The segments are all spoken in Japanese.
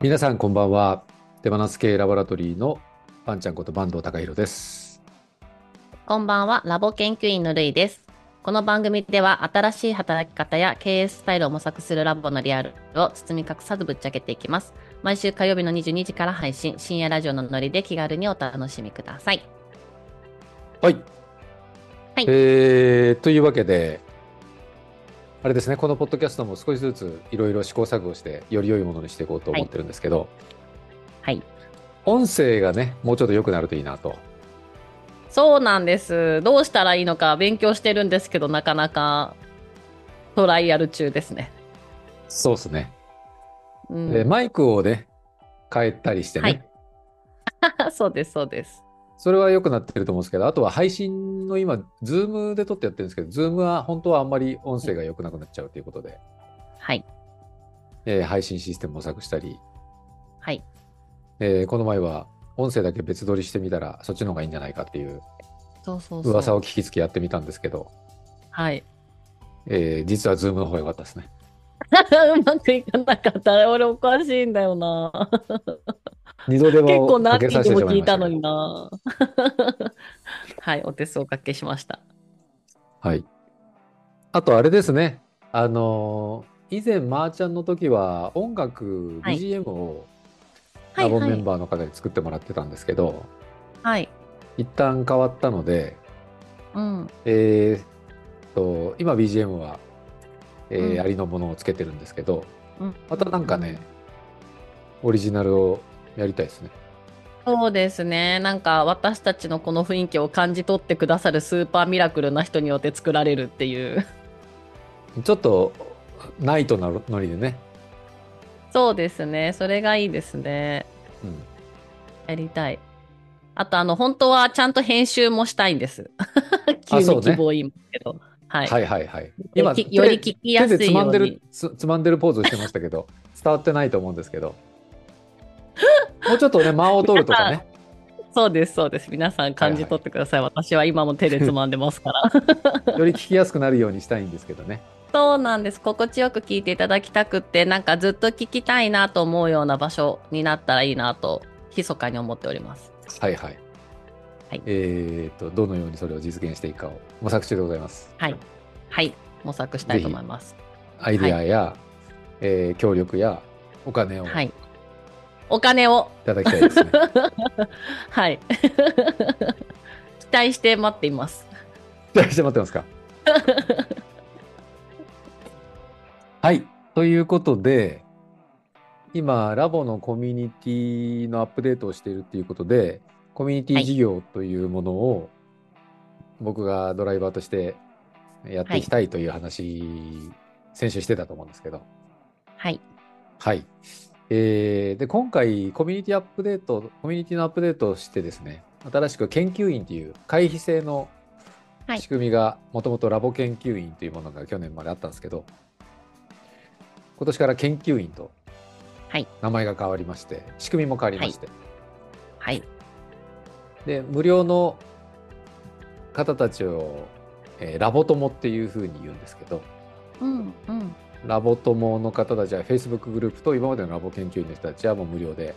皆さんこんばんは手放す系ラボラトリーのパンちゃんこと坂東隆弘ですこんばんは、ラボ研究員のるいです。この番組では、新しい働き方や経営スタイルを模索するラボのリアルを包み隠さずぶっちゃけていきます。毎週火曜日の22時から配信、深夜ラジオのノリで気軽にお楽しみください。はい、はいえーというわけであれですねこのポッドキャストも少しずついろいろ試行錯誤してより良いものにしていこうと思ってるんですけどはい音声がねもうちょっと良くなるといいなとそうなんです。どうしたらいいのか勉強してるんですけど、なかなかトライアル中ですね。そうですね、うんでマイクをね変えたりしてね、はい そうです、そうです。それは良くなってると思うんですけどあとは配信の今ズームで撮ってやってるんですけどズームは本当はあんまり音声が良くなくなっちゃうということで、はい、えー配信システム模索したり、はい。えーこの前は音声だけ別撮りしてみたらそっちの方がいいんじゃないかっていうそうそうそう。噂を聞きつけやってみたんですけど、はい。 えー実は Zoom の方が良かったですね。うまくいかなかった。俺おかしいんだよな。二度手間結構をか何け人させてもしま聞いいましたけたどのにな。 はい、お手数おかけしました。はい。あとあれですね、あのー以前まーちゃんの時は音楽はい BGM をはラいボメはンい。バーの方に作ってもらってたんですけど、はい。一旦変わったので、うん。えー、と今 BGM は、えーうんありのものをつけてるんですけどうんまたなんかね、オリジナルをやりたいですねそうですね。なんか私たちのこの雰囲気を感じ取ってくださるスーパーミラクルな人によって作られるって いう。ちょっとナイトなノリでね、そうですね。それがいいですね。うん、やりたい。あと、あの、本当はちゃんと編集もしたいんです。 急そうにね希望言いますけど。はい。はいはいはいよりきより聞きや手すでいつよまんでうるに。つつまんでるポーズしてましたけど 伝わってないと思うんですけどもうちょっとね間を取るとか ねそうです、そうです。皆さん感じ取ってください。私は今も手でつまんでますから。より聞きやすくなるようにしたいんですけどね そうなんです。心地よく聞いていただきたくって、なんかずっと聞きたいなと思うような場所になったらいいなと、密かに思っております。はいはい、はいえー、とどのようにそれを実現していくかを模索中でございますはい。はい。模索したいと思います。アイデアや、えー協力やお金をいはい。お金を、ただきたい ですね。はい。 期待して待っています。期待して待って ますか。はい。ということで、今、ラボのコミュニティのアップデートをしているということで、コミュニティ事業というものを、僕がドライバーとしてやっていきたいという話、先週してたと思うんですけど、はい。はい。えーで、今回、コミュニティアップデート、コミュニティのアップデートをしてですね、新しく研究員という会費制のはい仕組みが、もともとラボ研究員というものが去年まであったんですけど、今年から研究員とはい名前が変わりまして、仕組みも変わりまして、はい。で、無料の方たちを、えーラボ友っていうふうに言うんですけど、うん。うん。ラボ友の方たちは Facebook グループと今までのラボ研究員の人たちはもう無料で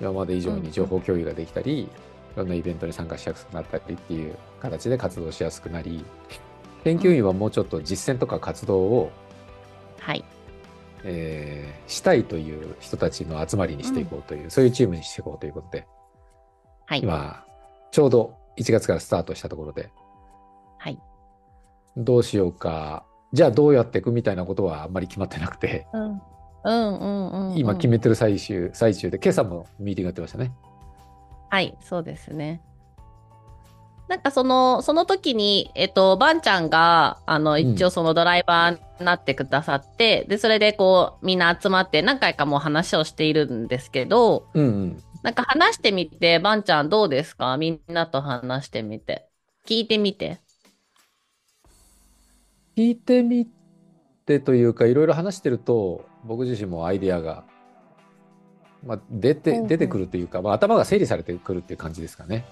今まで以上に情報共有ができたり、いろんなイベントに参加しやすくなったりっていう形で活動しやすくなり研究員はもうちょっと実践とか活動を、はい。えーしたいという人たちの集まりにしていこうという、そういうチームにしていこうということではい。今ちょうど1月からスタートしたところではい。どうしようかじゃあどうやっていくみたいなことはあんまり決まってなくて。うん。うんうんうんうん。今決めてる最終、最中で、今朝もミーティングやってましたね。はい、そうですね。なんかその、その時に、えっと、ばんちゃんが、あの、ん一応そのドライバーになってくださって、で、それでこう、みんな集まって何回かもう話をしているんですけど、うんうん。なんか話してみて、ばんちゃんどうですかみんなと話してみて。聞いてみて。聞いてみてというか、いろいろ話してると、僕自身もアイデアが、まあ、出うんて、うん出てくるというか、まあ、頭が整理されてくるっていう感じですかね。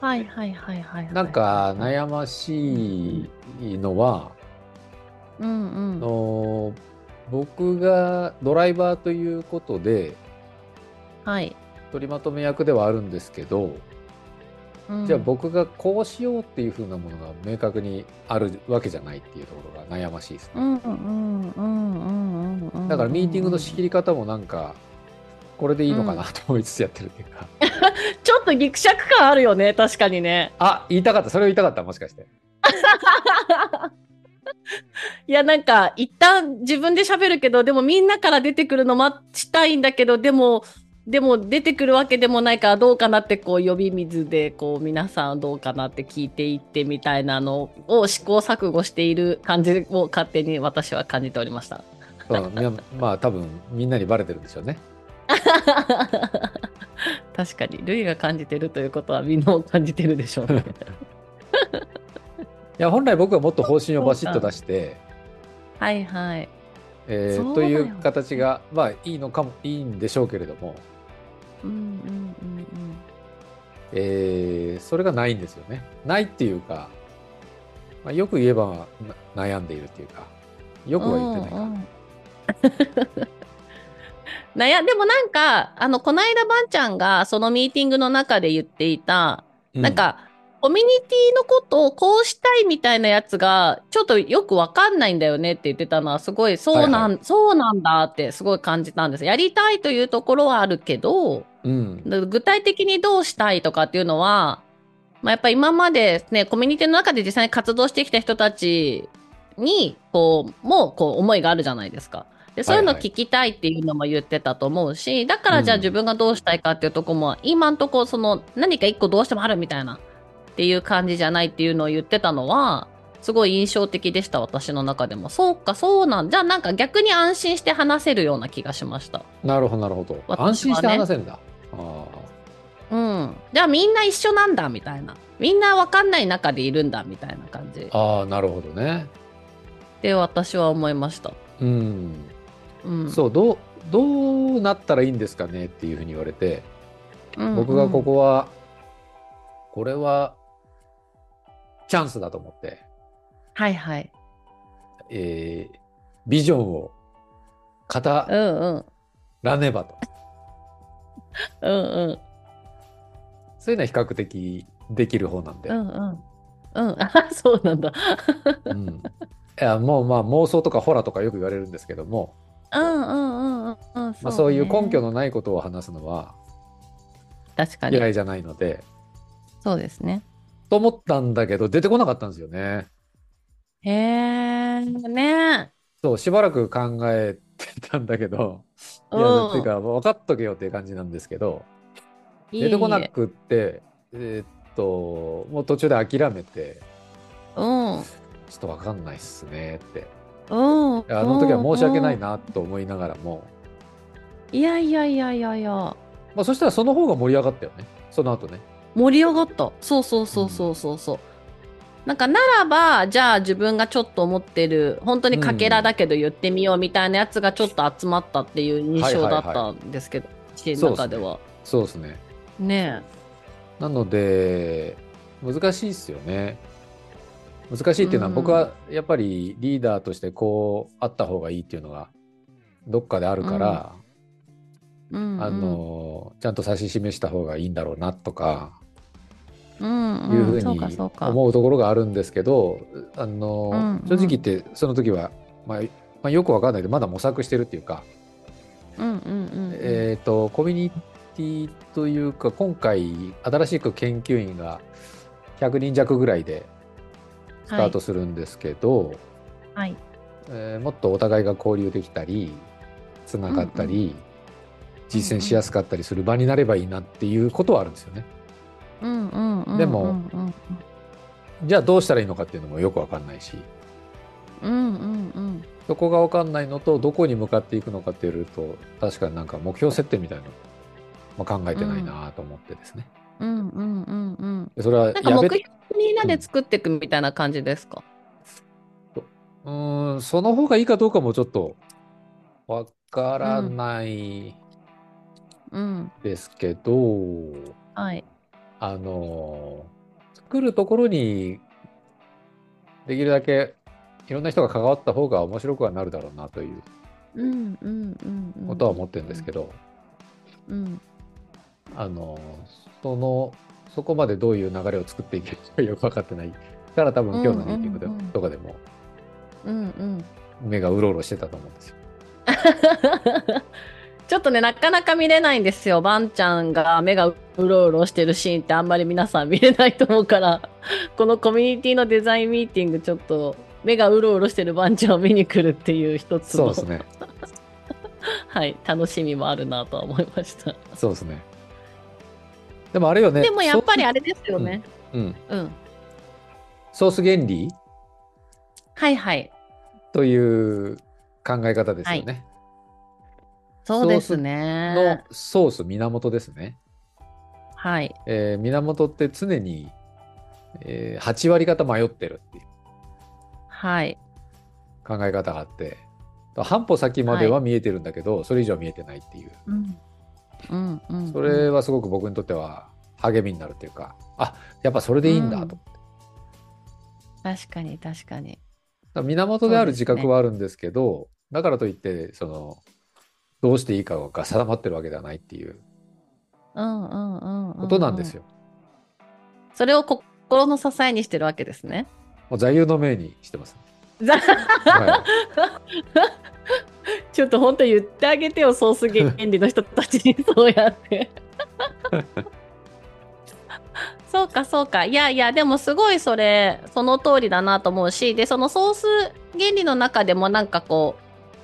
はいはいはいはい、はい。なんか、悩ましいのは、うあんうん。の僕がドライバーということで、はい。取りまとめ役ではあるんですけど、うんじゃあ僕がこうしようっていう風なものが明確にあるわけじゃないっていうところが悩ましいですうね。んうんうんうんうんうん。だからミーティングの仕切り方もなんかこれでいいのかなと思いつつやってるっていうか、ちょっとギクシャク感あるよね、確かにね。あ言いたかったそれを言いたかったもしかしていや、なんか、一旦自分で喋るけど、でもみんなから出てくるの待ちたいんだけど、でも、でも出てくるわけでもないからどうかなってこう呼び水でこう皆さんどうかなって聞いていってみたいなのを試行錯誤している感じを勝手に私は感じておりました。そう みんなまあ多分みんなにバレてるんでしょうね確かに、ルイが感じてるということはみんなも感じてるでしょうね。いや本来僕はもっと方針をバシッと出して、はいはい。えーそうとだいよう形がまあいいのかもいいんでしょうけれども、うんうんうんうん。えーそれがないんですよねないっていうか、まあ、よく言えばな悩んでいるっていうかよくは言ってないか、うんうん悩でも なんかあのこないだばんちゃんがそのミーティングの中で言っていた、うなんかコミュニティのことをこうしたいみたいなやつがちょっとよくわかんないんだよねって言ってたのはすごいそうなん、はいそうなんだってすごい感じたんですやりたいというところはあるけどうん具体的にどうしたいとかっていうのは、まあ、やっぱ今まで、ね、コミュニティの中で実際に活動してきた人たちにこうもうこう思いがあるじゃないですか。でそういうのはいはい聞きたいっていうのも言ってたと思うし、だからじゃあうん自分がどうしたいかっていうとこも、今んとこその何か一個どうしてもあるみたいなっていう感じじゃないっていうのを言ってたのはすごい印象的でした私の中でもそうかそうなんじゃあなんか逆に安心して話せるような気がしました。なるほどなるほど、私はね安心して話せるんだあうん、じゃあみんな一緒なんだみたいなみんな分かんない中でいるんだみたいな感じーあーなるほどねで私は思いました、うんうん、そうどうどうなったらいいんですかねっていうふうに言われて、うん、うん僕がここはこれはチャンスだと思って、はいはいえービジョンを語うんうんらねばと、うんうんそういうのは比較的できる方なんで、うんうんうん あそうなんだうんいやもうまあ妄想とかホラとかよく言われるんですけども、うんうんうんうんうんまあ、そういう根拠ののないことを話すのは確かに嫌いじゃないので、そうですねと思ったんだけど出てこなかったんですよね。へえねそうしばらく考えてたんだけどいや、うんっていうか分かっとけよっていう感じなんですけど出てこなくってえーっともう途中で諦めてうんうんちょっと分かんないっすねってうんあの時は申し訳ないなと思いながらも、いやいやいやいやいやまあ、そしたらその方が盛り上がったよねその後ね盛り上がったそうそうそうそうそうそう、なんかならばじゃあ自分がちょっと思ってる本当にかけらだけど言ってみようみたいなやつがちょっと集まったっていう印象だったんですけど、私の中ではそうですねねなので難しいっすよね難しいっていうのは、うん僕はやっぱりリーダーとしてこうあった方がいいっていうのがどっかであるから、え、うんうんあのちゃんと指し示した方がいいんだろうなとかうんいうふう、うんそうにかそうか思うところがあるんですけど、あのうんうん正直言ってその時は、まあまあ、よくわかんないけどまだ模索してるっていうか、うんうんうんえー、とコミュニティというか今回新しく研究員が100人弱ぐらいでスタートするんですけど、はい、えーもっとお互いが交流できたりつながったり、実践しやすかったりする場になればいいなっていうことはあるんですよね。うんうんうんでもうんうんじゃあどうしたらいいのかっていうのもよくわかんないしうんうんうんそこがわかんないのとどこに向かっていくのかっていうと確かになんか目標設定みたいなの、まあ、考えてないなと思ってですね、うんうんうんうんでそれはなんか目やべ標みんなで作っていくみたいな感じですか、うーんその方がいいかどうかもちょっとわからないうん、ですけど、はいあのー作るところにできるだけいろんな人が関わった方が面白くはなるだろうなといううんうんうんうんことは思ってるんですけど、うんあのそのそこまでどういう流れを作っていけるかよく分かってないから多分今日のミーティングでうんうんうんとかでもうんうん。目がうろうろしてたと思うんですよ。ちょっとね、なかなか見れないんですよ。バンちゃんが目がうろうろしてるシーンってあんまり皆さん見れないと思うから、 このコミュニティのデザインミーティング、ちょっと目がうろうろしてるバンちゃんを見に来るっていう一つそうの、ですね。 はい、楽しみもあるなとは思いました。そうですね。 でもあれよね。でもやっぱりソあれですよね。ース、うん、うん。ソース原理はいはい。という考え方ですよね。そうですのね。ソース源ですね。はい。えー源って常に、えー8割方迷ってるっていうはい。考え方があって半歩先までは見えてるんだけど、それ以上は見えてないっていううん。うんうん、うん。それはすごく僕にとっては励みになるというかあやっぱそれでいいんだと、うんだか確かに確かに。ら源である自覚はあるんですけどだからといってそのどうしていいかが定まってるわけではないっていううんうんうん、うん。ことなんですよ。よ、それを心の支えにしてるわけですね。もう座右の銘にして ます、ざはちょっと本当言ってあげてよ、ソース原理の人たちにそうやって。そうか、そうか。いやいや、でもすごいそれ、その通りだなと思うし、で、そのソース原理の中でもなんかこ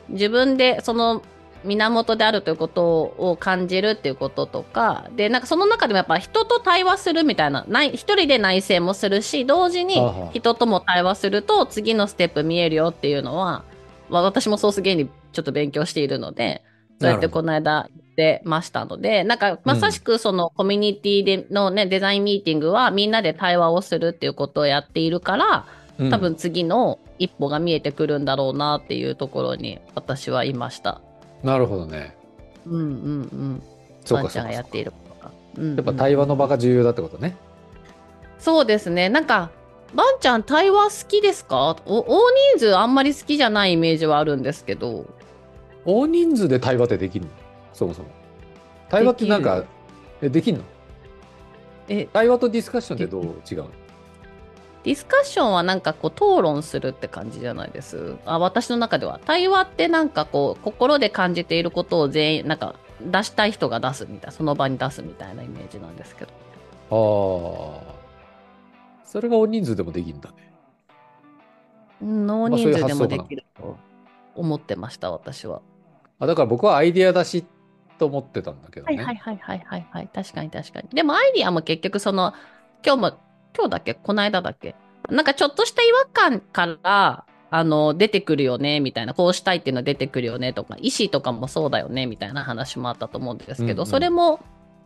う、自分でその源であるということを感じるっていうこととか、で、なんかその中でもやっぱ人と対話するみたいな、ない一人で内省もするし、同時にはあはあ人とも対話すると次のステップ見えるよっていうのは、まあ、私もソース原理ちょっと勉強しているのでそうやってこの間言ってましたのでなんかまさしくそのコミュニティでの、ねデザインミーティングはみんなで対話をするっていうことをやっているからいうん多分次の一歩が見えてくるんだろうなっていうところに私はいました。なるほどねうんうんうん。そうワンかちそゃうんかがやっていることが。うんうんやっぱ対話の場が重要だってことね、そうですね。なんか、バンちゃん対話好きですかお大人数あんまり好きじゃないイメージはあるんですけど。大人数で対話ってできるのそもそも対話ってなんかできえできるのえ、対話とディスカッションってどう違うのディスカッションはなんかこう討論するって感じじゃないですあ私の中では対話ってなんかこう心で感じていることを全員なんか出したい人が出すみたいなその場に出すみたいなイメージなんですけどああ。それが大人数でもできるんだね。脳まあ人そういう数で発も想でかなきると思ってました私は、あだから僕はアイディア出しと思ってたんだけどね。はいはいはいはい確かに確かにでもアイディアも結局その今日も今日だっけこの間だっけなんかちょっとした違和感からあの出てくるよねみたいなこうしたいっていうのは出てくるよねとか意思とかもそうだよねみたいな話もあったと思うんですけど、うんうんそれも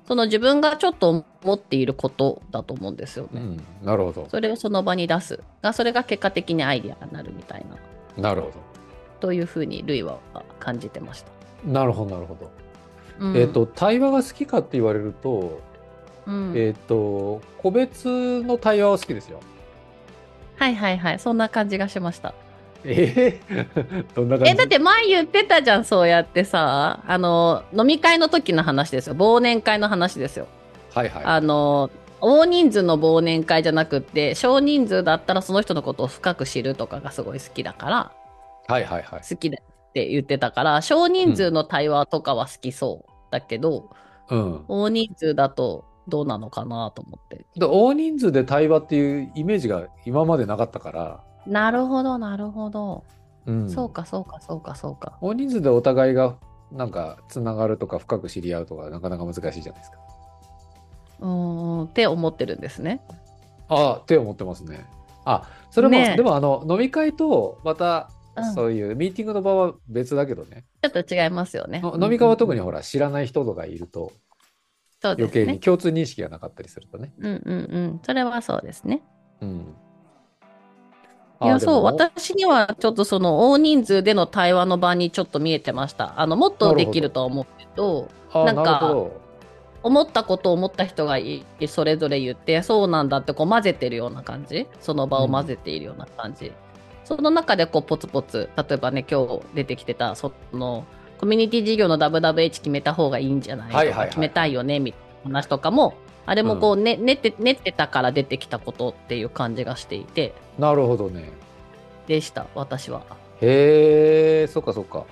その自分がちょっと思っていることだと思うんですようね。ん、なるほど。それをその場に出すがそれが結果的にアイディアになるみたいななるほというふうにルイは感じてました。ど。なるほど、なるほど。うんえっ、と、対話が好きかって言われると、うんえっ、と、個別の対話は好きですよ。はいはいはいそんな感じがしました。ええ どんな感じえだって前言ってたじゃんそうやってさあの飲み会の時の話ですよ忘年会の話ですよ、はいはあの大人数の忘年会じゃなくって少人数だったらその人のことを深く知るとかがすごい好きだからい。はいはいはい。好きだって言ってたから少人数の対話とかは好きそうだけど、うん。大人数だとどうなのかなと思ってで大人数で対話っていうイメージが今までなかったから、なるほどなるほど、うん、そうかそうかそうかそうか大人数でお互いがなんかつながるとか深く知り合うとかなかなか難しいじゃないですか。うーんって思ってるんですねあって思ってますね。あそれも、ねえでもあの飲み会とまたうんそういうミーティングの場は別だけどね、ちょっと違いますよねの飲み会は特にうんほら知らない人とかいるとそうで余すね計に共通認識がなかったりするとね。うんうんうん、それはそうですね。うん、いや、そう、私私にはちょっとその大人数での対話の場にちょっと見えてました。あの、もっとできるとは思うけど、なんか思ったことを思った人がいそれぞれ言って、そうなんだってこう混ぜてるような感じ、その場を混ぜているような感じ。その中でこうポツポツ、例えばね、今日出てきてた、その、コミュニティ事業の WWH 決めた方がいいんじゃないとか、はいはいはい決めたいよね、みたい話とかも、あれもこう、ね練って練ってたから出てきたことっていう感じがしていてなるほどね。でした私は。へえ、そっかそっか。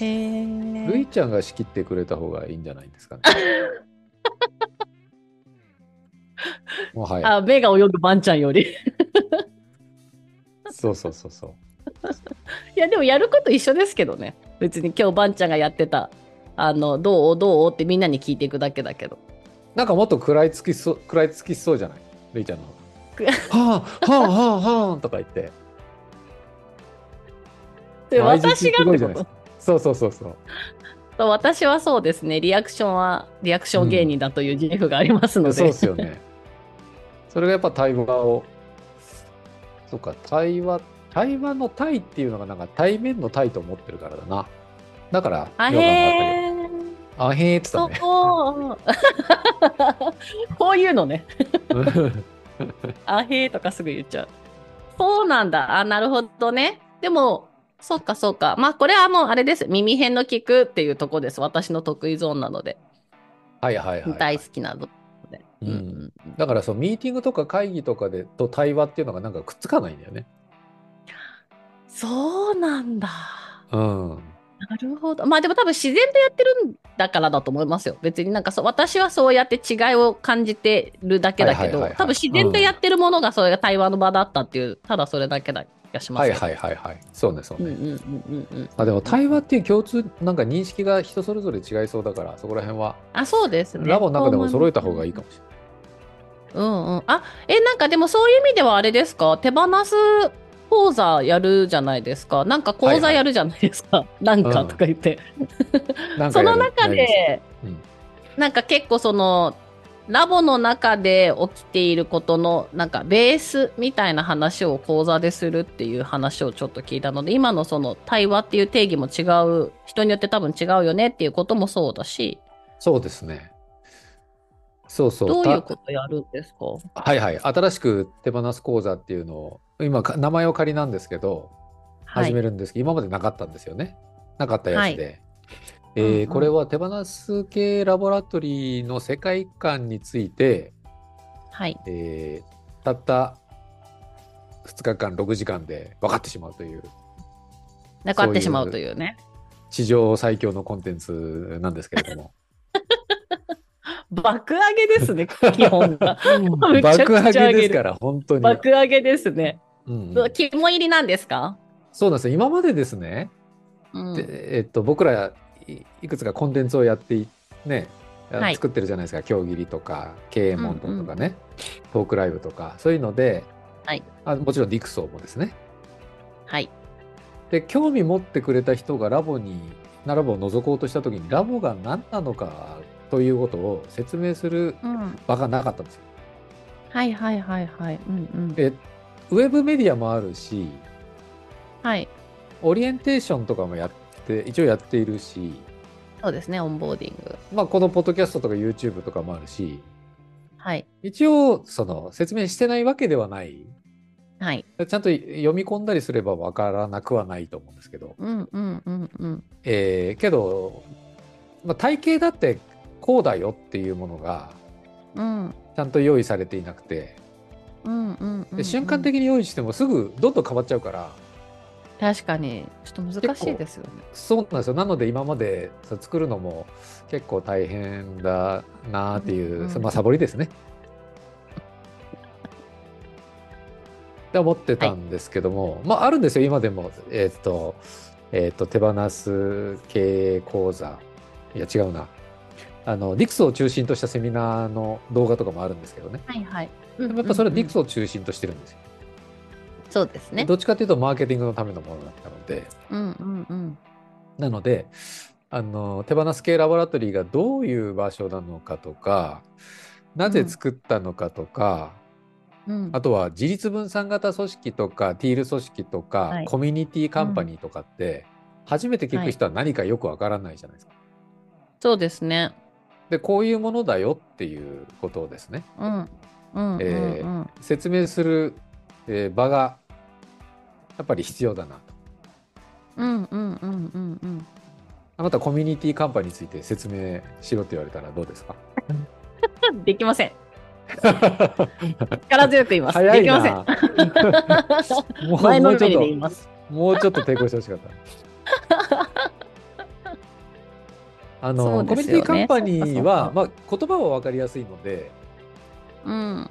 へえるいちゃんが仕切ってくれた方がいいんじゃないです かね。もはや、あ目が泳ぐばんちゃんより。そうそうそうそう。いやでもやること一緒ですけどね別に今日ばんちゃんがやってたあのどうどうってみんなに聞いていくだけだけどなんかもっと食らいつきそう、食らいつきそうじゃないるいちゃんのく。はあ、はあ、はあ、はあ、とか言って。で毎日私すがごっいじてゃないですか。こそうそうそうそう。と私はそうですねリアクションはリアクション芸人だという自負がありますのそうで、ですよね。それがやっぱ対話を、そうか、対話、対話の対っていうのがなんか対面の対と思ってるからだな。だから、あ違和感があったけへーどあへーってそ言うっ こういうのねたね。あへーとかすぐ言っちゃうそうなんだあなるほどねでもそっかそっかまあこれはもうあれです耳辺の聞くっていうとこです私の得意ゾーンなのではいはいはい。大好きなので、うんうんだからそう、ミーティングとか会議とかでと対話っていうのがなんかくっつかないんだよね。そうなんだうん。なるほどまあでも多分自然とやってるんだからだと思いますよ別になんかそう私はそうやって違いを感じてるだけだけど、はいはいはいはい多分自然とやってるものがそれが対話の場だったっていう、ただそれだけな気がしまはいすねはいはいはい。そうね、そううんね。うんうんうんうんまあでも対話っていう共通、なんか認識が人それぞれ違いそうだから、そこら辺は、あそうですねラボの中でも揃えた方がいいかもしれない。うんうん。あ、え、なんかでもそういう意味ではあれですか手放す講座やるじゃないですか。なんか講座やるじゃないですか。なんかうんとか言って。なんかそやのる中、やりますで、うんなんか結構その、ラボの中で起きていることの、なんかベースみたいな話を講座でするっていう話をちょっと聞いたので、今のその対話っていう定義も違う、人によって多分違うよねっていうこともそうだし、そうですね。そうそう。どういうたことやるんですかはいはい。新しく手放す講座っていうのを、今、か名前を仮なんですけど、は始い。めるんですけど、今までなかったんですよね。なかったやつで。えーうんうんこれは手放す系ラボラトリーの世界観について、はい。えーたった2日間6時間で分かってしまうというなくなってしまうというね。史上最強のコンテンツなんですけれども爆上げです ね、基本が。めちゃくちゃ爆上げですから本当に、爆上げですね。うんうん肝入りなんですか、そうなんですよ今までですね、うんでえっと、僕らいいくつかコンテンツをやっていね、あはい作ってるじゃないですか競技りとか経営問答とかね、トークライブとかそういうので、はいあもちろんディクソーもですねはい。で興味持ってくれた人がラボにラボを覗こうとした時にラボが何なのかということを説明するうん。場がなかったんですよ。はいはいはいはい。うんうん。えウェブメディアもあるしはい。オリエンテーションとかもやって一応やっているし、そうですね、オンボーディング。まあ、このポッドキャストとか YouTube とかもあるしはい。一応その説明してないわけではないはい。ちゃんと読み込んだりすればわからなくはないと思うんですけど、うんうんうんうん。えーけど、まあ、体系だってこうだよっていうものがうんちゃんと用意されていなくてうんうんうん、うでん。瞬間的に用意してもすぐどんどん変わっちゃうから確かに、ちょっと難しいですよね。そうなんですよなので今までそう作るのも結構大変だなっていう、うんうんまあサボりですね。って思ってたんですけども、まああるんですよ今でもえーっとえーっと手放す経営講座いや違うなあのディクスを中心としたセミナーの動画とかもあるんですけどねはいはい。でもやっぱそれはディクス、スを中心としてるんですよ。そうですね。どっちかというとマーケティングのためのものだったので。うんうんうん。なのであの手放す系ラボラトリーがどういう場所なのかとかなぜ作ったのかとか、うん、あとは自立分散型組織とかティール組織とか、はいコミュニティカンパニーとかって、初めて聞く人は何かよくわからないじゃないですか。そうですね。でこういうものだよっていうことをですねうん。うんうんうん、えー説明する、えー場がやっぱり必要だなと。うんうんうんうんうん。あなたコミュニティカンパニーについて説明しろって言われたらどうですかできません。力強く言います。早でいきません。な。もう前ものうちめりで言いょっます。と、もうちょっと抵抗してほしかった。 あの、そうコミでュすニよティねカンパニーは、そうまあ、言葉はわかりやすいので、うん。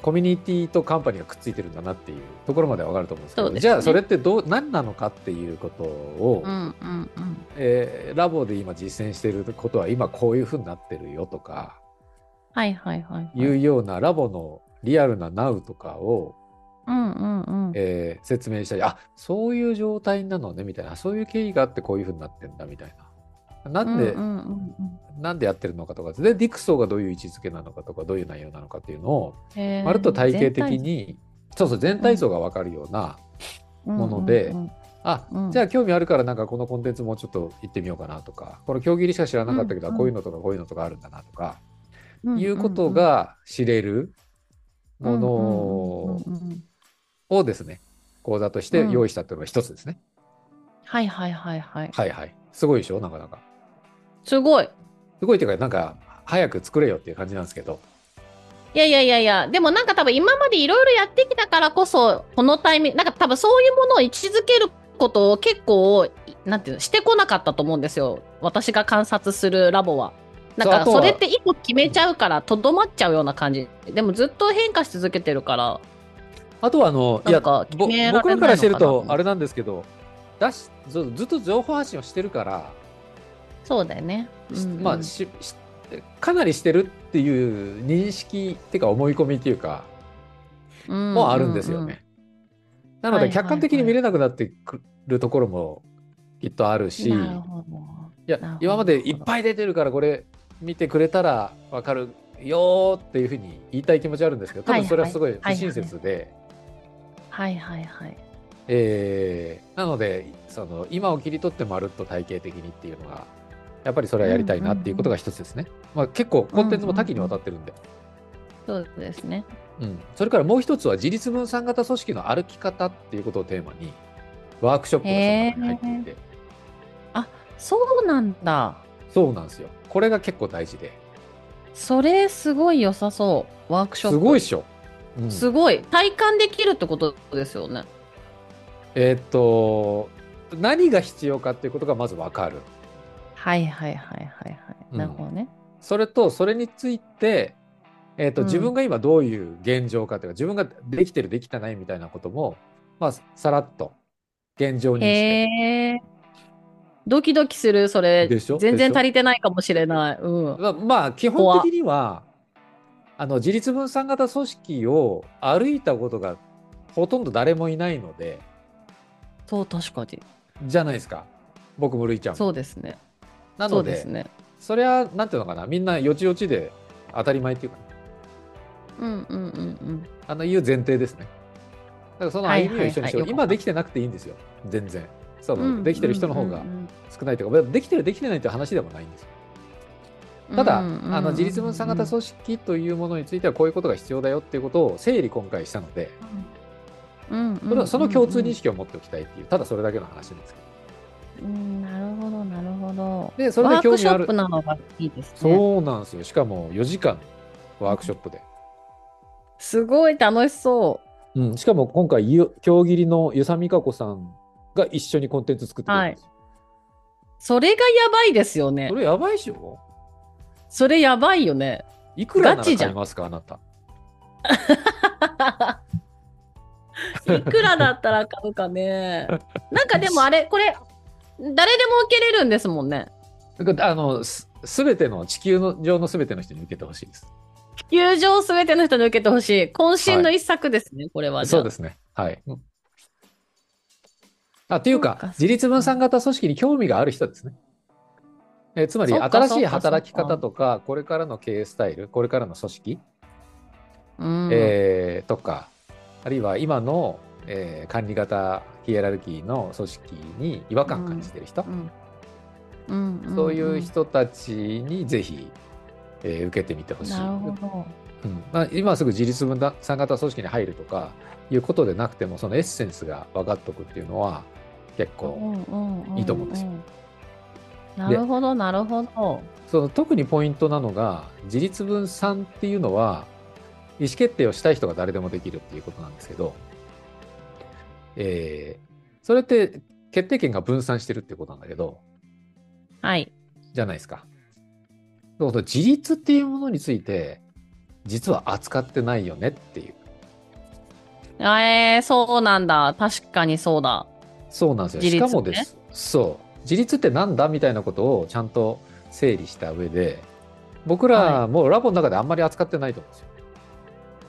コミュニティとカンパニーがくっついてるんだなっていうところまではわかると思うんですけどそうですじねゃあそれってどう何なのかっていうことを、うんうんうん。えーラボで今実践していることは今こういうふうになってるよとかはいはいはい、はい。いうようなラボのリアルな Now とかを、うんうんうん。えー説明したりあそういう状態なのねみたいなそういう経緯があってこういうふうになってんだみたいな。なんで、うんうんうんうんなんでやってるのかとかでディクソーがどういう位置づけなのかとかどういう内容なのかっていうのをへーまるっと体系的にそうそう全体像がわかるような、ものでうんうんうんあ、うんじゃあ興味あるからなんかこのコンテンツもうちょっと行ってみようかなとかこの競技入りしか知らなかったけど、うんうんこういうのとかこういうのとかあるんだなとか、うんうんうんいうことが知れるものをうんうんうんうんをですね講座として用意したっていうのが一つですね、はいはいはいはい。はいはいすごいでしょなかなかすごい。すごいっていうかなんか早く作れよっていう感じなんですけどいやいやいやいや、でもなんか多分今までいろいろやってきたからこそ、このタイミング、なんか多分そういうものを位置づけることを結構、いなんていうの、してこなかったと思うんですよ。私が観察するラボは。なんそうあかとはそれって一個決めちゃうから、とどまっちゃうような感じ。でもずっと変化し続けてるから。あとはあのいなやんかぼ決められないの僕かならからしてるとあれなんですけど出しずずっと情報発信をしてるからそうだよね。しうんうんまあししかなりしてるっていう認識っていうか思い込みっていうかもあるんですよ。ね。なのはいはいではい客観的に見れなくなってくるところもきっとあるし、うんうんうんなるほど。いなるやほど今までいっぱい出てるからこれ見てくれたらわかるよーっていうふうに言いたい気持ちあるんですけど多は分いはいそれはすごい不親切で、はいはいはい。えーなのでその今を切り取ってまるっと体系的にっていうのがやっぱりそれはやりたいなっていうことが一つですね。まあ、結構コンテンツも多岐にわたってるんで、そうですね。うん、それからもう一つは自立分散型組織の歩き方っていうことをテーマにワークショップがその中に入っていて、そうなんだ。そうなんですよこれが結構大事でそれすごい良さそう。ワークショすップ。ごいっしょ、うんすごい体感できるってことですよね。えーっと何が必要かっていうことがまず分かるはいはいはいはいはうい。んなるほどね。それとそれについて、えーっとうん自分が今どういう現状かっていうか自分ができてるできてないみたいなことも、まあ、さらっと現状にして、へえ。ドキドキするそれでしょ全然でしょ足りてないかもしれない。うん。まあ、まあ基本的にはあの自立分散型組織を歩いたことがほとんど誰もいないのでそう確かに。じゃないですか僕もるいちゃんもそうですね。なそのうでですね。それはなんていうのかなみんなよちよちで当たり前っていうかうんうんうんうん。あのいう前提ですねだからその歩みを一緒にしよう、はいはいはい今できてなくていいんですよ全然そうのんできてる人の方がうんうん少ないというか、できてるできてないって話でもないんですようんただ、うんうんうんあの自立分散型組織というものについてはこういうことが必要だよっていうことを整理今回したので、うんうんそれはその共通うんうん認識を持っておきたいっていう、ただそれだけの話なんですけうんなるほどなるほど。ど。で、それでワー興クシ味ョあッるプ。なのがいいですね。そうなんですよ。しかも4時間ワークショップで。すごい楽しそう。うん、しかも今回、ゆ京切りの遊佐美香子さんが一緒にコンテンツ作ってくれたんですよ。それがやばいですよねそ。れやばいっしょそれやばい よね。いくらなガらチじゃん買いますか、あなた。いくらだったら買うかね。なんかでもあれ、これ、誰でも受けれるんですもんね。だからあの、すすべての、地球の上のすべての人に受けてほしいです。友情すべての人に受けてほしい。渾身の一作ですね、これは。。そうですすね。はい。うんあというかそうかそうか自立分散型組織に興味がある人ですね。えーつまり、そうかそう新かしい働き方とか、これからの経営スタイル、これからの組織、うんえーとか、あるいは今の、えー管理型ヒエラルキーの組織に違和感感じてる人、うんうんんんそういう人たちにぜひ、えー受けてみてほしい。なるほど。うんまあ、今すぐ自立分散型組織に入るとかいうことでなくてもそのエッセンスが分かっとくっていうのは結う構んうんうんうんいいと思うんですよ。なるほど、なるほど。その特にポイントなのが自立分散っていうのは意思決定をしたい人が誰でもできるっていうことなんですけど、えーそれって決定権が分散してるってことなんだけどはい。じゃないですか。だから自立っていうものについて実は扱ってないよねっていうえー、そうなんだ。確かにそうだ。そうなんですよ。自立しかもです。そう。自立ってなんだみたいなことをちゃんと整理した上で、僕はらもうラボの中であんまり扱ってないと思うんですよ。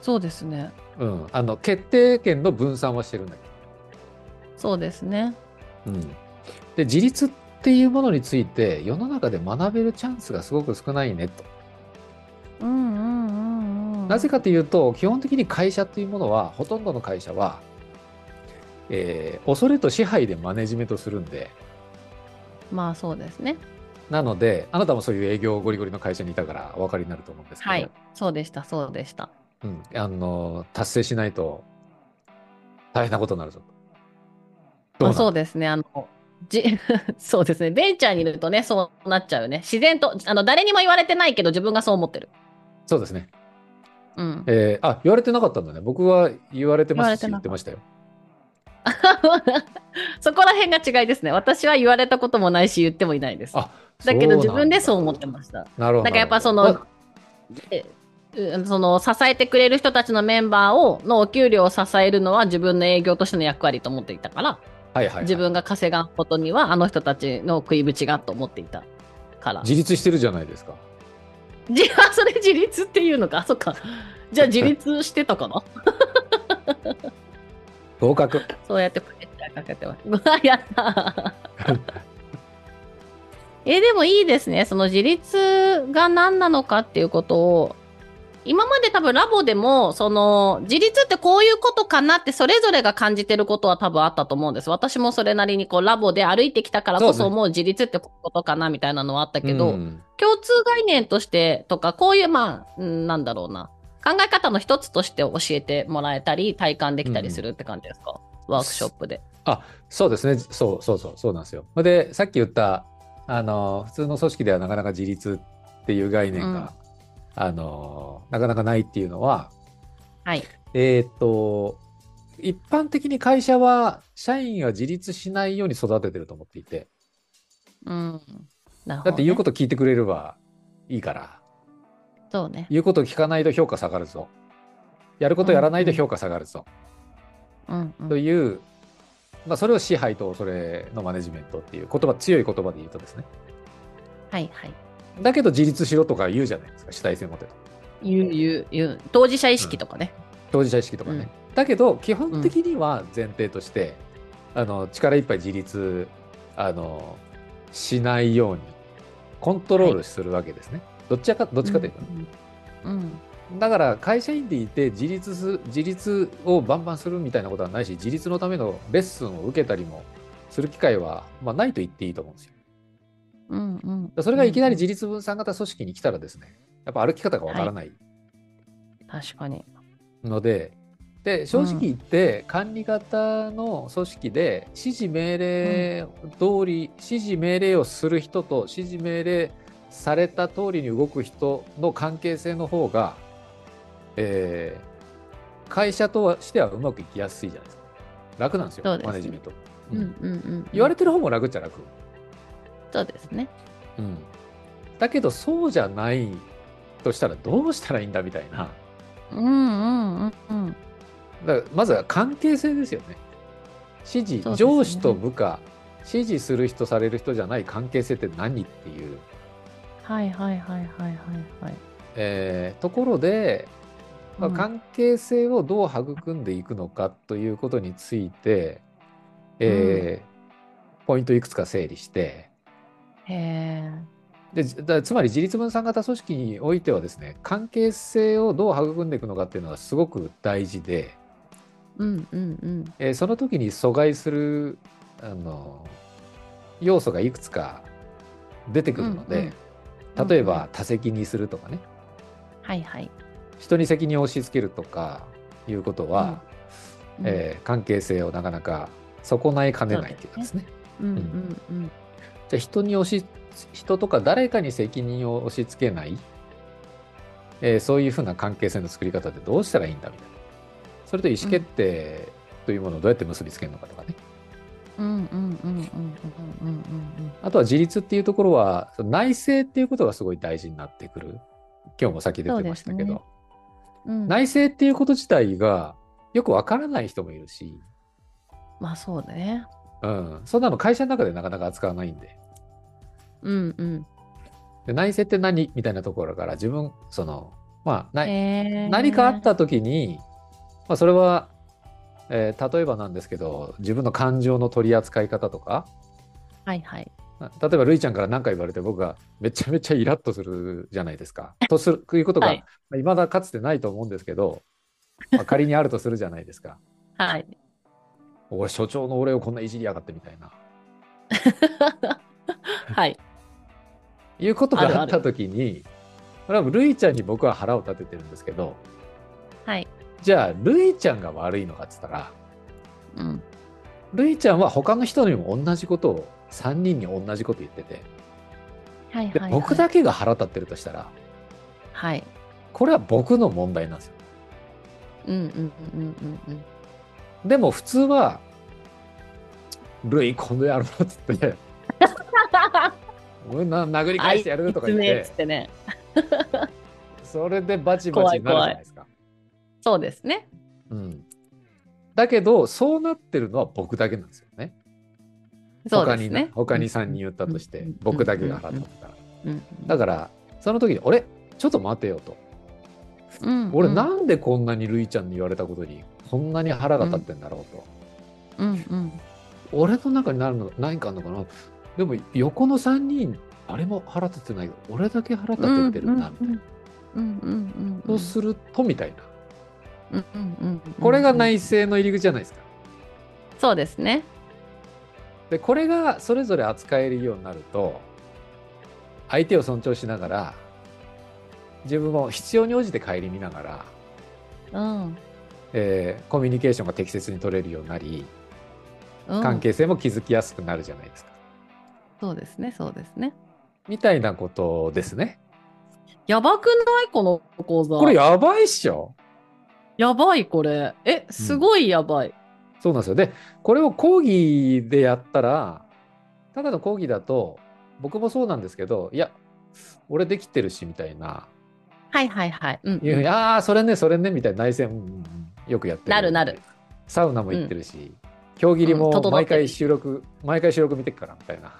そうですね。うん。あの、決定権の分散はしてるんだけそうですね。ど。うん。で、自立っていうものについて、世の中で学べるチャンスがすごく少ないねと。うんうんうんうん。なぜかというと、基本的に会社っていうものは、ほとんどの会社は、えー恐れと支配でマネジメントするんで、まあそうですね。なので、あなたもそういう営業ゴリゴリの会社にいたからお分かりになると思うんですけど、はい。そうでした、そうでした。うん、あの達成しないと大変なことになるぞと。どまあ、うなのそうですね。あの、じ そうですね。ベンチャーにいるとね、そうなっちゃうよね。自然と、あの、誰にも言われてないけど、自分がそう思ってる。そうですね、うん。えーあ言われてなかったんだね。僕は言われてますし言言われてなかったってましたよ。そこら辺が違いですね。私は言われたこともないし、言ってもいないです。あだけど、自分でそう思ってまました。す。なるほど。なんかやっぱそなるほの、えうんその支えてくれる人たちのメンバーをのお給料を支えるのは自分の営業としての役割と思っていたから、どはいはいはい自分が稼がんことにはあの人たちの食いぶちがと思っていたから自立してるじゃないですか。じゃあそれ自立っていうのかあそっかじゃあ自立してた かな合格。そうやってプレッシャーかけてますうわやった えでもいいですねその自立が何なのかっていうことを今まで多分ラボでもその自立ってこういうことかなってそれぞれが感じてることは多分あったと思うんです私もそれなりにこうラボで歩いてきたからこそうそですねもう自立ってこういうことかなみたいなのはあったけど、うん共通概念としてとか、こういう、まあ、うんなんだろうな。考え方の一つとして教えてもらえたり、体感できたりするって感じですか、ワークショップで。そうですね。そうそうそうそうなんですよ。でさっき言ったあの普通の組織ではなかなか自立っていう概念が、あのなかなかないっていうのははい。えーっと、一般的に会社は社員は自立しないように育ててると思っていて、うん。なるほどね、だって言うことと聞いてくれればいいから、そうね。言うこと聞かないと評価下がるぞ。やることやらないと評価下がるぞ。うん、うとん。いう、まあ、それを支配と恐れのマネジメントっていう言葉、強い言葉で言うとですね。はいはい。だけど自立しろとか言うじゃないですか、主体性持てと。言う、言う、言う。当事者意識とかね。当事者意識とかね。だけど、基本的には前提として、あの力いっぱい自立あのしないようにコントロールするわけですね。どっちかどっちかというと、ねうん。うん。だから会社員でいて自立す自立をバンバンするみたいなことはないし、自立のためのレッスンを受けたりもする機会は、まあ、ないと言っていいと思うんですよ。だかうん、うん。らそれがいきなりうん自立分散型組織に来たらですね、やっぱ歩き方がわからない確かに。ので、で正直言って管理型の組織で指示命令通り、指示命令をする人と指示命令された通りに動く人の関係性の方が、えー会社としてはうまくいきやすいじゃないですか楽なんですよそうですねマネジメント、うん、うん、うん。言われてる方も楽っちゃ楽、そうですね。うんだけどそうじゃないとしたらどうしたらいいんだみたいなうん、うん、うん、うん。だからまずは関係性ですよね。指示、そうですね上司と部下、指示する人される人じゃない関係性って何っていう、はいはいはいはいはいはい。えーところで、まあうん関係性をどう育んでいくのかということについて、えーポイントいくつか整理してへえ。でじだつまり自立分散型組織においてはですね関係性をどう育んでいくのかっていうのがすごく大事で。うん、うん、うん。えーその時に阻害するあの要素がいくつか出てくるので、うんうん例えうんうば他責にするとかねはいはい。人に責任を押し付けるとかいうことは、うんえー関係性をなかなか損ないかねないっていうかですね。うんうんうん。じゃあ人に押し人とか誰かに責任を押し付けない、えーそういうふうな関係性の作り方ってどうしたらいいんだみたいな。それと意思決定というものをどうやって結びつけるのかとかね。うんうんうんうんうんうんうんあとは自立っていうところは、その内政っていうことがすごい大事になってくる。今日もさっき出てましたけそうですど、ねうんうん。内政っていうこと自体がよくわからない人もいるし、まあそうだね。うん、そんなの会社の中でなかなか扱わないんで。うんうん。で内政って何みたいなところから自分そのまあなへー何かあった時に、まあ、それは、えー例えばなんですけど自分の感情の取り扱い方とかはいはい。な例えばるいちゃんから何か言われて僕がめちゃめちゃイラッとするじゃないです か。とするということが、はいいまあ、未だかつてないと思うんですけど、まあ、仮にあるとするじゃないですか。はい。俺所長の俺をこんないじりやがってみたいな。はい。いうことがあるあるあった時にこれはるいちゃんに僕は腹を立ててるんですけどはい。じゃあるいちゃんが悪いのかって言ったらうん。るいちゃんは他の人にも同じことを3人に同じこと言っててはいはい、ではい。僕だけが腹立ってるとしたらはい。これは僕の問題なんですようんうんうんうんうん。でも普通は「るいこの野郎」っつって 「俺な殴り返してやる」とか言っあていつねつってね。それでバチバチになるじゃないですか。そうですね。うん、だけどそうなってるのは僕だけなんですよね。そう他でにすね。他に3人言ったとしうんてうんうん僕だけが腹立ったら。うん。だからその時に「俺ちょっと待てよ」と。うんうん俺なんでこんなにルイちゃんに言われたことにこんなに腹が立ってんだろうと、うんうん。俺の中になるの何かあるのかなでも横の3人誰も腹立ってないけど俺だけ腹立っててるなみたいな、うんうんうんうん。そうするとみたいなうんうんうんうん。これが内政の入り口じゃないですかそうですね。でこれがそれぞれ扱えるようになると相手を尊重しながら自分も必要に応じて顧みながら、うん。えーコミュニケーションが適切に取れるようになりうん関係性も築きやすくなるじゃないですか、そうですね。そうですね。みたいなことですね。やばくないこの講座。これやばいっしょやばいこれ。え、すごいやばい。そうなんですよ。で、これを講義でやったら、ただの講義だと、僕もそうなんですけど、いや、俺できてるし、みたいな。はいはいはい。うんうん。いうふうに、ああ、それね、それね、みたいな内戦、うんうんうんよくやってる。なるなる。サウナも行ってるし、競技入りうんも整っ毎てる回収録、毎回収録見てっから、みたいな。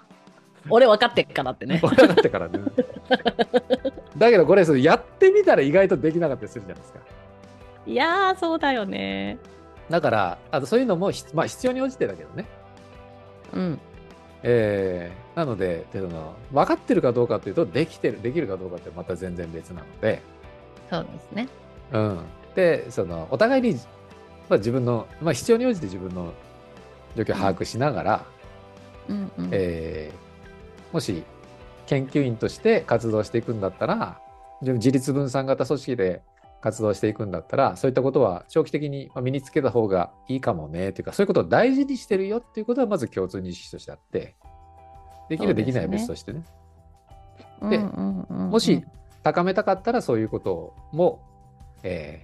俺分かってっからってね。分かってからね。 だけど、これ、それやってみたら意外とできなかったりするじゃないですか。 いやー、そうだよね。だから、あとそういうのもひ、まあ、必要に応じてだけどね。うん。えーなのでていうのは分かってるかどうかというとできてるできるかどうかってまた全然別なので、そうですね。うん、でそのお互いに、まあ、自分の、まあ、必要に応じて自分の状況を把握しながら、うんうん。えーもし研究員として活動していくんだったら自分自立分散型組織で活動していくんだったらそういったことは長期的にまあ身につけた方がいいかもねというかそういうことを大事にしてるよっていうことはまず共通認識としてあってできそるうでですきねないは別としてねうんでうんうんうんもし、高めたかったらそういうことも、え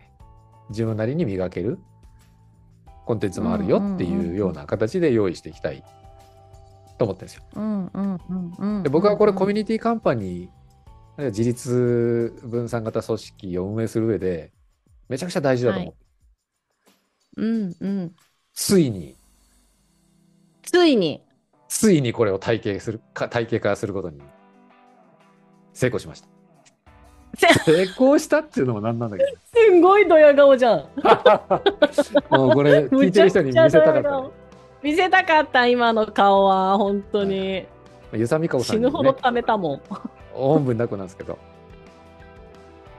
ー自分なりに磨けるコンテンツもあるよってうんうんうんういうんような形で用意していきたいと思ってるんですよ。うんうんうんうんうんで僕はこれコミュニティカンパニーあるいは自立分散型組織を運営する上でめちゃくちゃ大事だと思う、はうんうん。ついについに、ついにこれを体系するか体系化することに成功しま したせ成功したっていうのもなんなんだけ すごいドヤ顔じゃん。どもうこれ 聞いてる人に見せたかったね、見せたかった、今の顔は、本当はに。ゆさみかおさ死んに、ねぬ、ほどためたもん。おんぶに抱っこなんですけど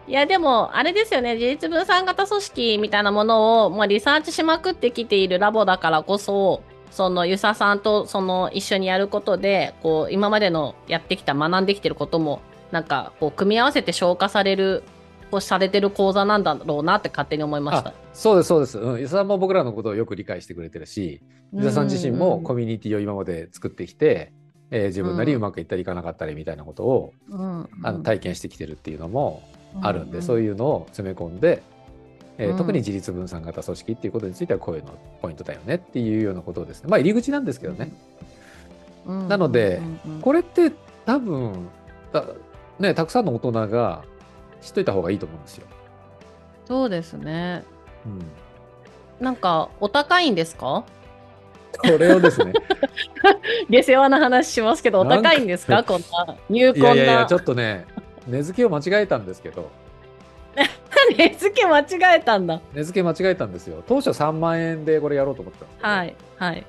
いや、でも、あれですよね、自立分散型組織みたいなものを、まあ、リサーチしまくってきているラボだからこそ、その、ゆささんと、その、一緒にやることで、こう、今までのやってきた、学んできてることも、なんか、こう、組み合わせて消化される、こう、されてる講座なんだろうなって勝手に思いましたあ。そうですそうです、うん、ゆささんも僕らのことをよく理解してくれてるし伊沢さん自身もコミュニティを今まで作ってきて、えー自分なりうまくいったりいかなかったりみたいなことを、うんうん、あの体験してきてるっていうのもあるんで、そうういうのを詰め込んで、えーうん特に自立分散型組織っていうことについてはこういうのポイントだよねっていうようなことをですねまあ入り口なんですけどね、ん、うんなのでうんうんこれって多分た,、ね、たくさんの大人が知っといた方がいいと思うんですよ。そうですね うん、なんかお高いんですかこれをですね下世話な話しますけどおなんか高いんですか こんな入い魂なやいやいやちょっとね根付けを間違えたんですけど値付け間違えたんだ根付け間違えたんですよ当初3万円でこれやろうと思ってたんですけど、、はいいはい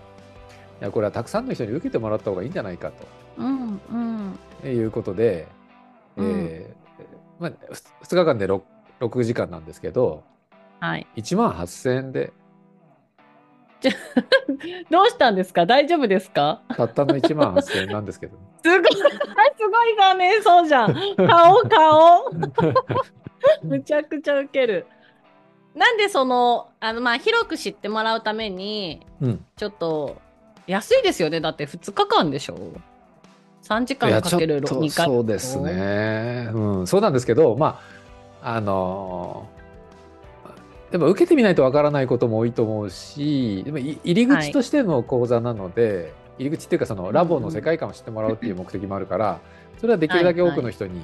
やこれはたくさんの人に受けてもらった方がいいんじゃないかと。うんういんうことで、えーまあ、2日間で 6, 6時間なんですけどはい1万8,000円でどうしたんですか大丈夫ですかたったの1万8,000円なんですけ ど、すごいすごい画面そうじゃん 顔顔むちゃくちゃウケるなんでそのあのまあ広く知ってもらうためにうん、ちょっと安いですよねだって2日間でしょ3時い間やかちょけっると2回そうですね、うん、そうなんですけどまああのーでも受けてみないとわからないことも多いと思うしでもい入り口としての講座なので、入り口っていうかそのラボの世界観を知ってもらうっていう目的もあるから、それはできるだけ多くの人に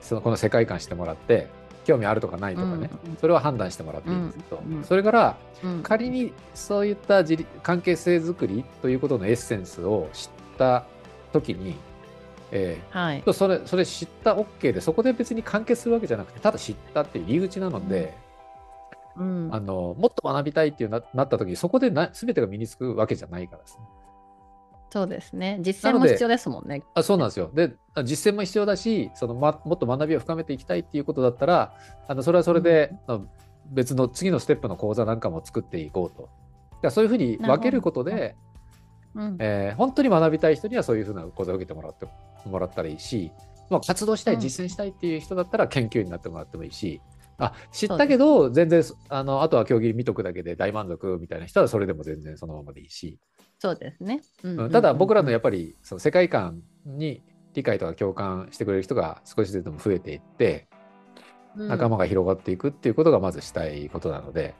そのこの世界観知ってもらって興味あるとかないとかね、うんうんそれは判断してもらっていいんですけど、うんうんそれからうん仮にそういった自立関係性づくりということのエッセンスを知った時に、えはいーそれそれ知った OK でそこで別に完結するわけじゃなくてただ知ったっていう入り口なので、うんあのもっと学びたいっていうななった時にそこでな全てが身につくわけじゃないからですね。そうですね実践なもので必要ですもんねあそうなんですよで実践も必要だしその、ま、もっと学びを深めていきたいっていうことだったらあのそれはそれで、あの別の次のステップの講座なんかも作っていこうと。だからそういうふうに分けることなで、うんえー本当に学びたい人にはそういうふうな講座を受けてもらってもらったらいいし、まあ、活動したういん実践したいっていう人だったら研究員になってもらってもいいしあ知っそうたですけど全然あのあとは競技見とくだけで大満足みたいな人はそれでも全然そのままでいいし、そうですねうんうんただ僕らのややっぱりその世界観に理解とか共感してくれる人が少しずつでも増えていって仲間が広がっていくっていうことがまずしたいことなので、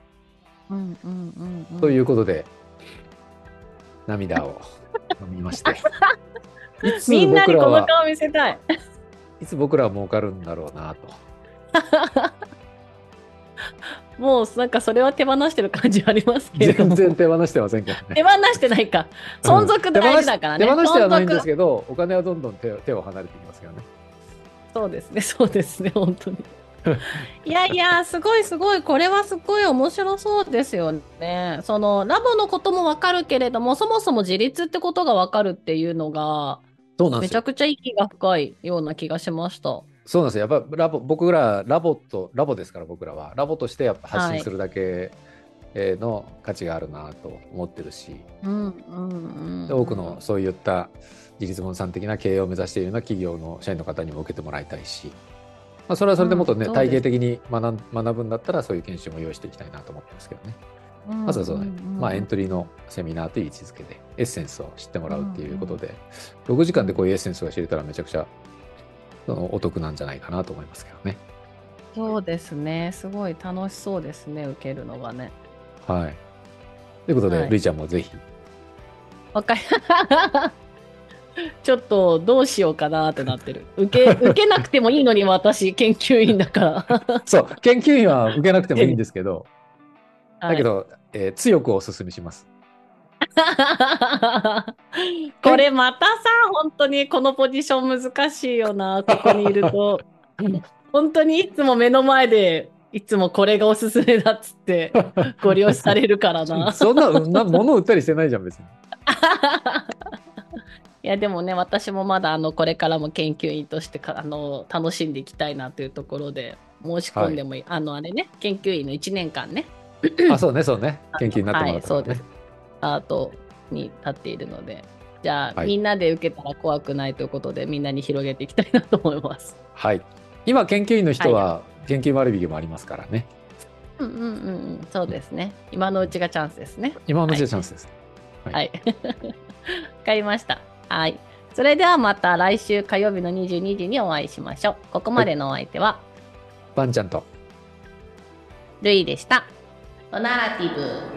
うんうんうんうんということで涙を飲みま した。いつみんな僕にらこのは顔見せたいいつ僕らは儲かるんだろうな と。もうなんかそれは手放してる感じありますけれど全も然手放してませんけどね。手放してないか存続大事だからね手放し手放してはないん存で続すけど、お金はどんどん手を手を離れていきますけどね。そうですね、そうですね、本 当に。いやいや、すごいすごい、これはすごい面白そうですよね。そのラボのこともわかるけれども、そもそも自立ってことがわかるっていうのが、そうなんめですちゃよ。くちゃ息が深いような気がしました。そうなんですよ。やっぱラボ僕らラボとラボですから僕らはラボとしてやっぱ発信するだけえーの価値があるなと思ってるし、うんうんうん。で多くの。そういった自立分散的な経営を目指しているような企業の社員の方にも受けてもらいたいし、まあ、それはそれでもっとね、うんそうで体す系的に学ん学ぶんだったらそういう研修も用意していきたいなと思ってますけどね。まずはそうね、まあ、エントリーのセミナーという位置づけでエッセンスを知ってもらうっていうことで、6時間でこういうエッセンスが知れたらめちゃくちゃそのお得なんじゃないかなと思いますけどね。そうですね、すごい楽しそうですね、受けるのがね。はい、ということで、はいルイちゃんもぜひわかり ちょっとどうしようかなってなってる。受 け、受けなくてもいいのに私、研究員だから。そう研究員は受けなくてもいいんですけど はい だけど、えー強くお勧めします。 これまたさ本当にこのポジション難しいよなここにいる と本当にいつも目の前でいつもこれがおすすめだっつってご利用しされるから なそんなうんな物売ったりしてないじゃん別に。いやでもね私もまだあのこれからも研究員としてかあの楽しんでいきたいなというところで申し込んでもいい、あのあれね研究員の1年間ねあそうねそうね研究員になってもらったから はいそうでねす。アートに立っているのでじゃあ、はいみんなで受けたら怖くないということでみんなに広げていきたいなと思います。はい、今研究員の人は研究割引もありますからね。うんうんうんうんそうですね今のうちがチャンスですね。今のうちでチャンスです。はいわかりました。はいそれではまた来週火曜日の22時にお会いしましょう。ここまでのお相手は、バンちゃんと。ルイでした。オナラティブ。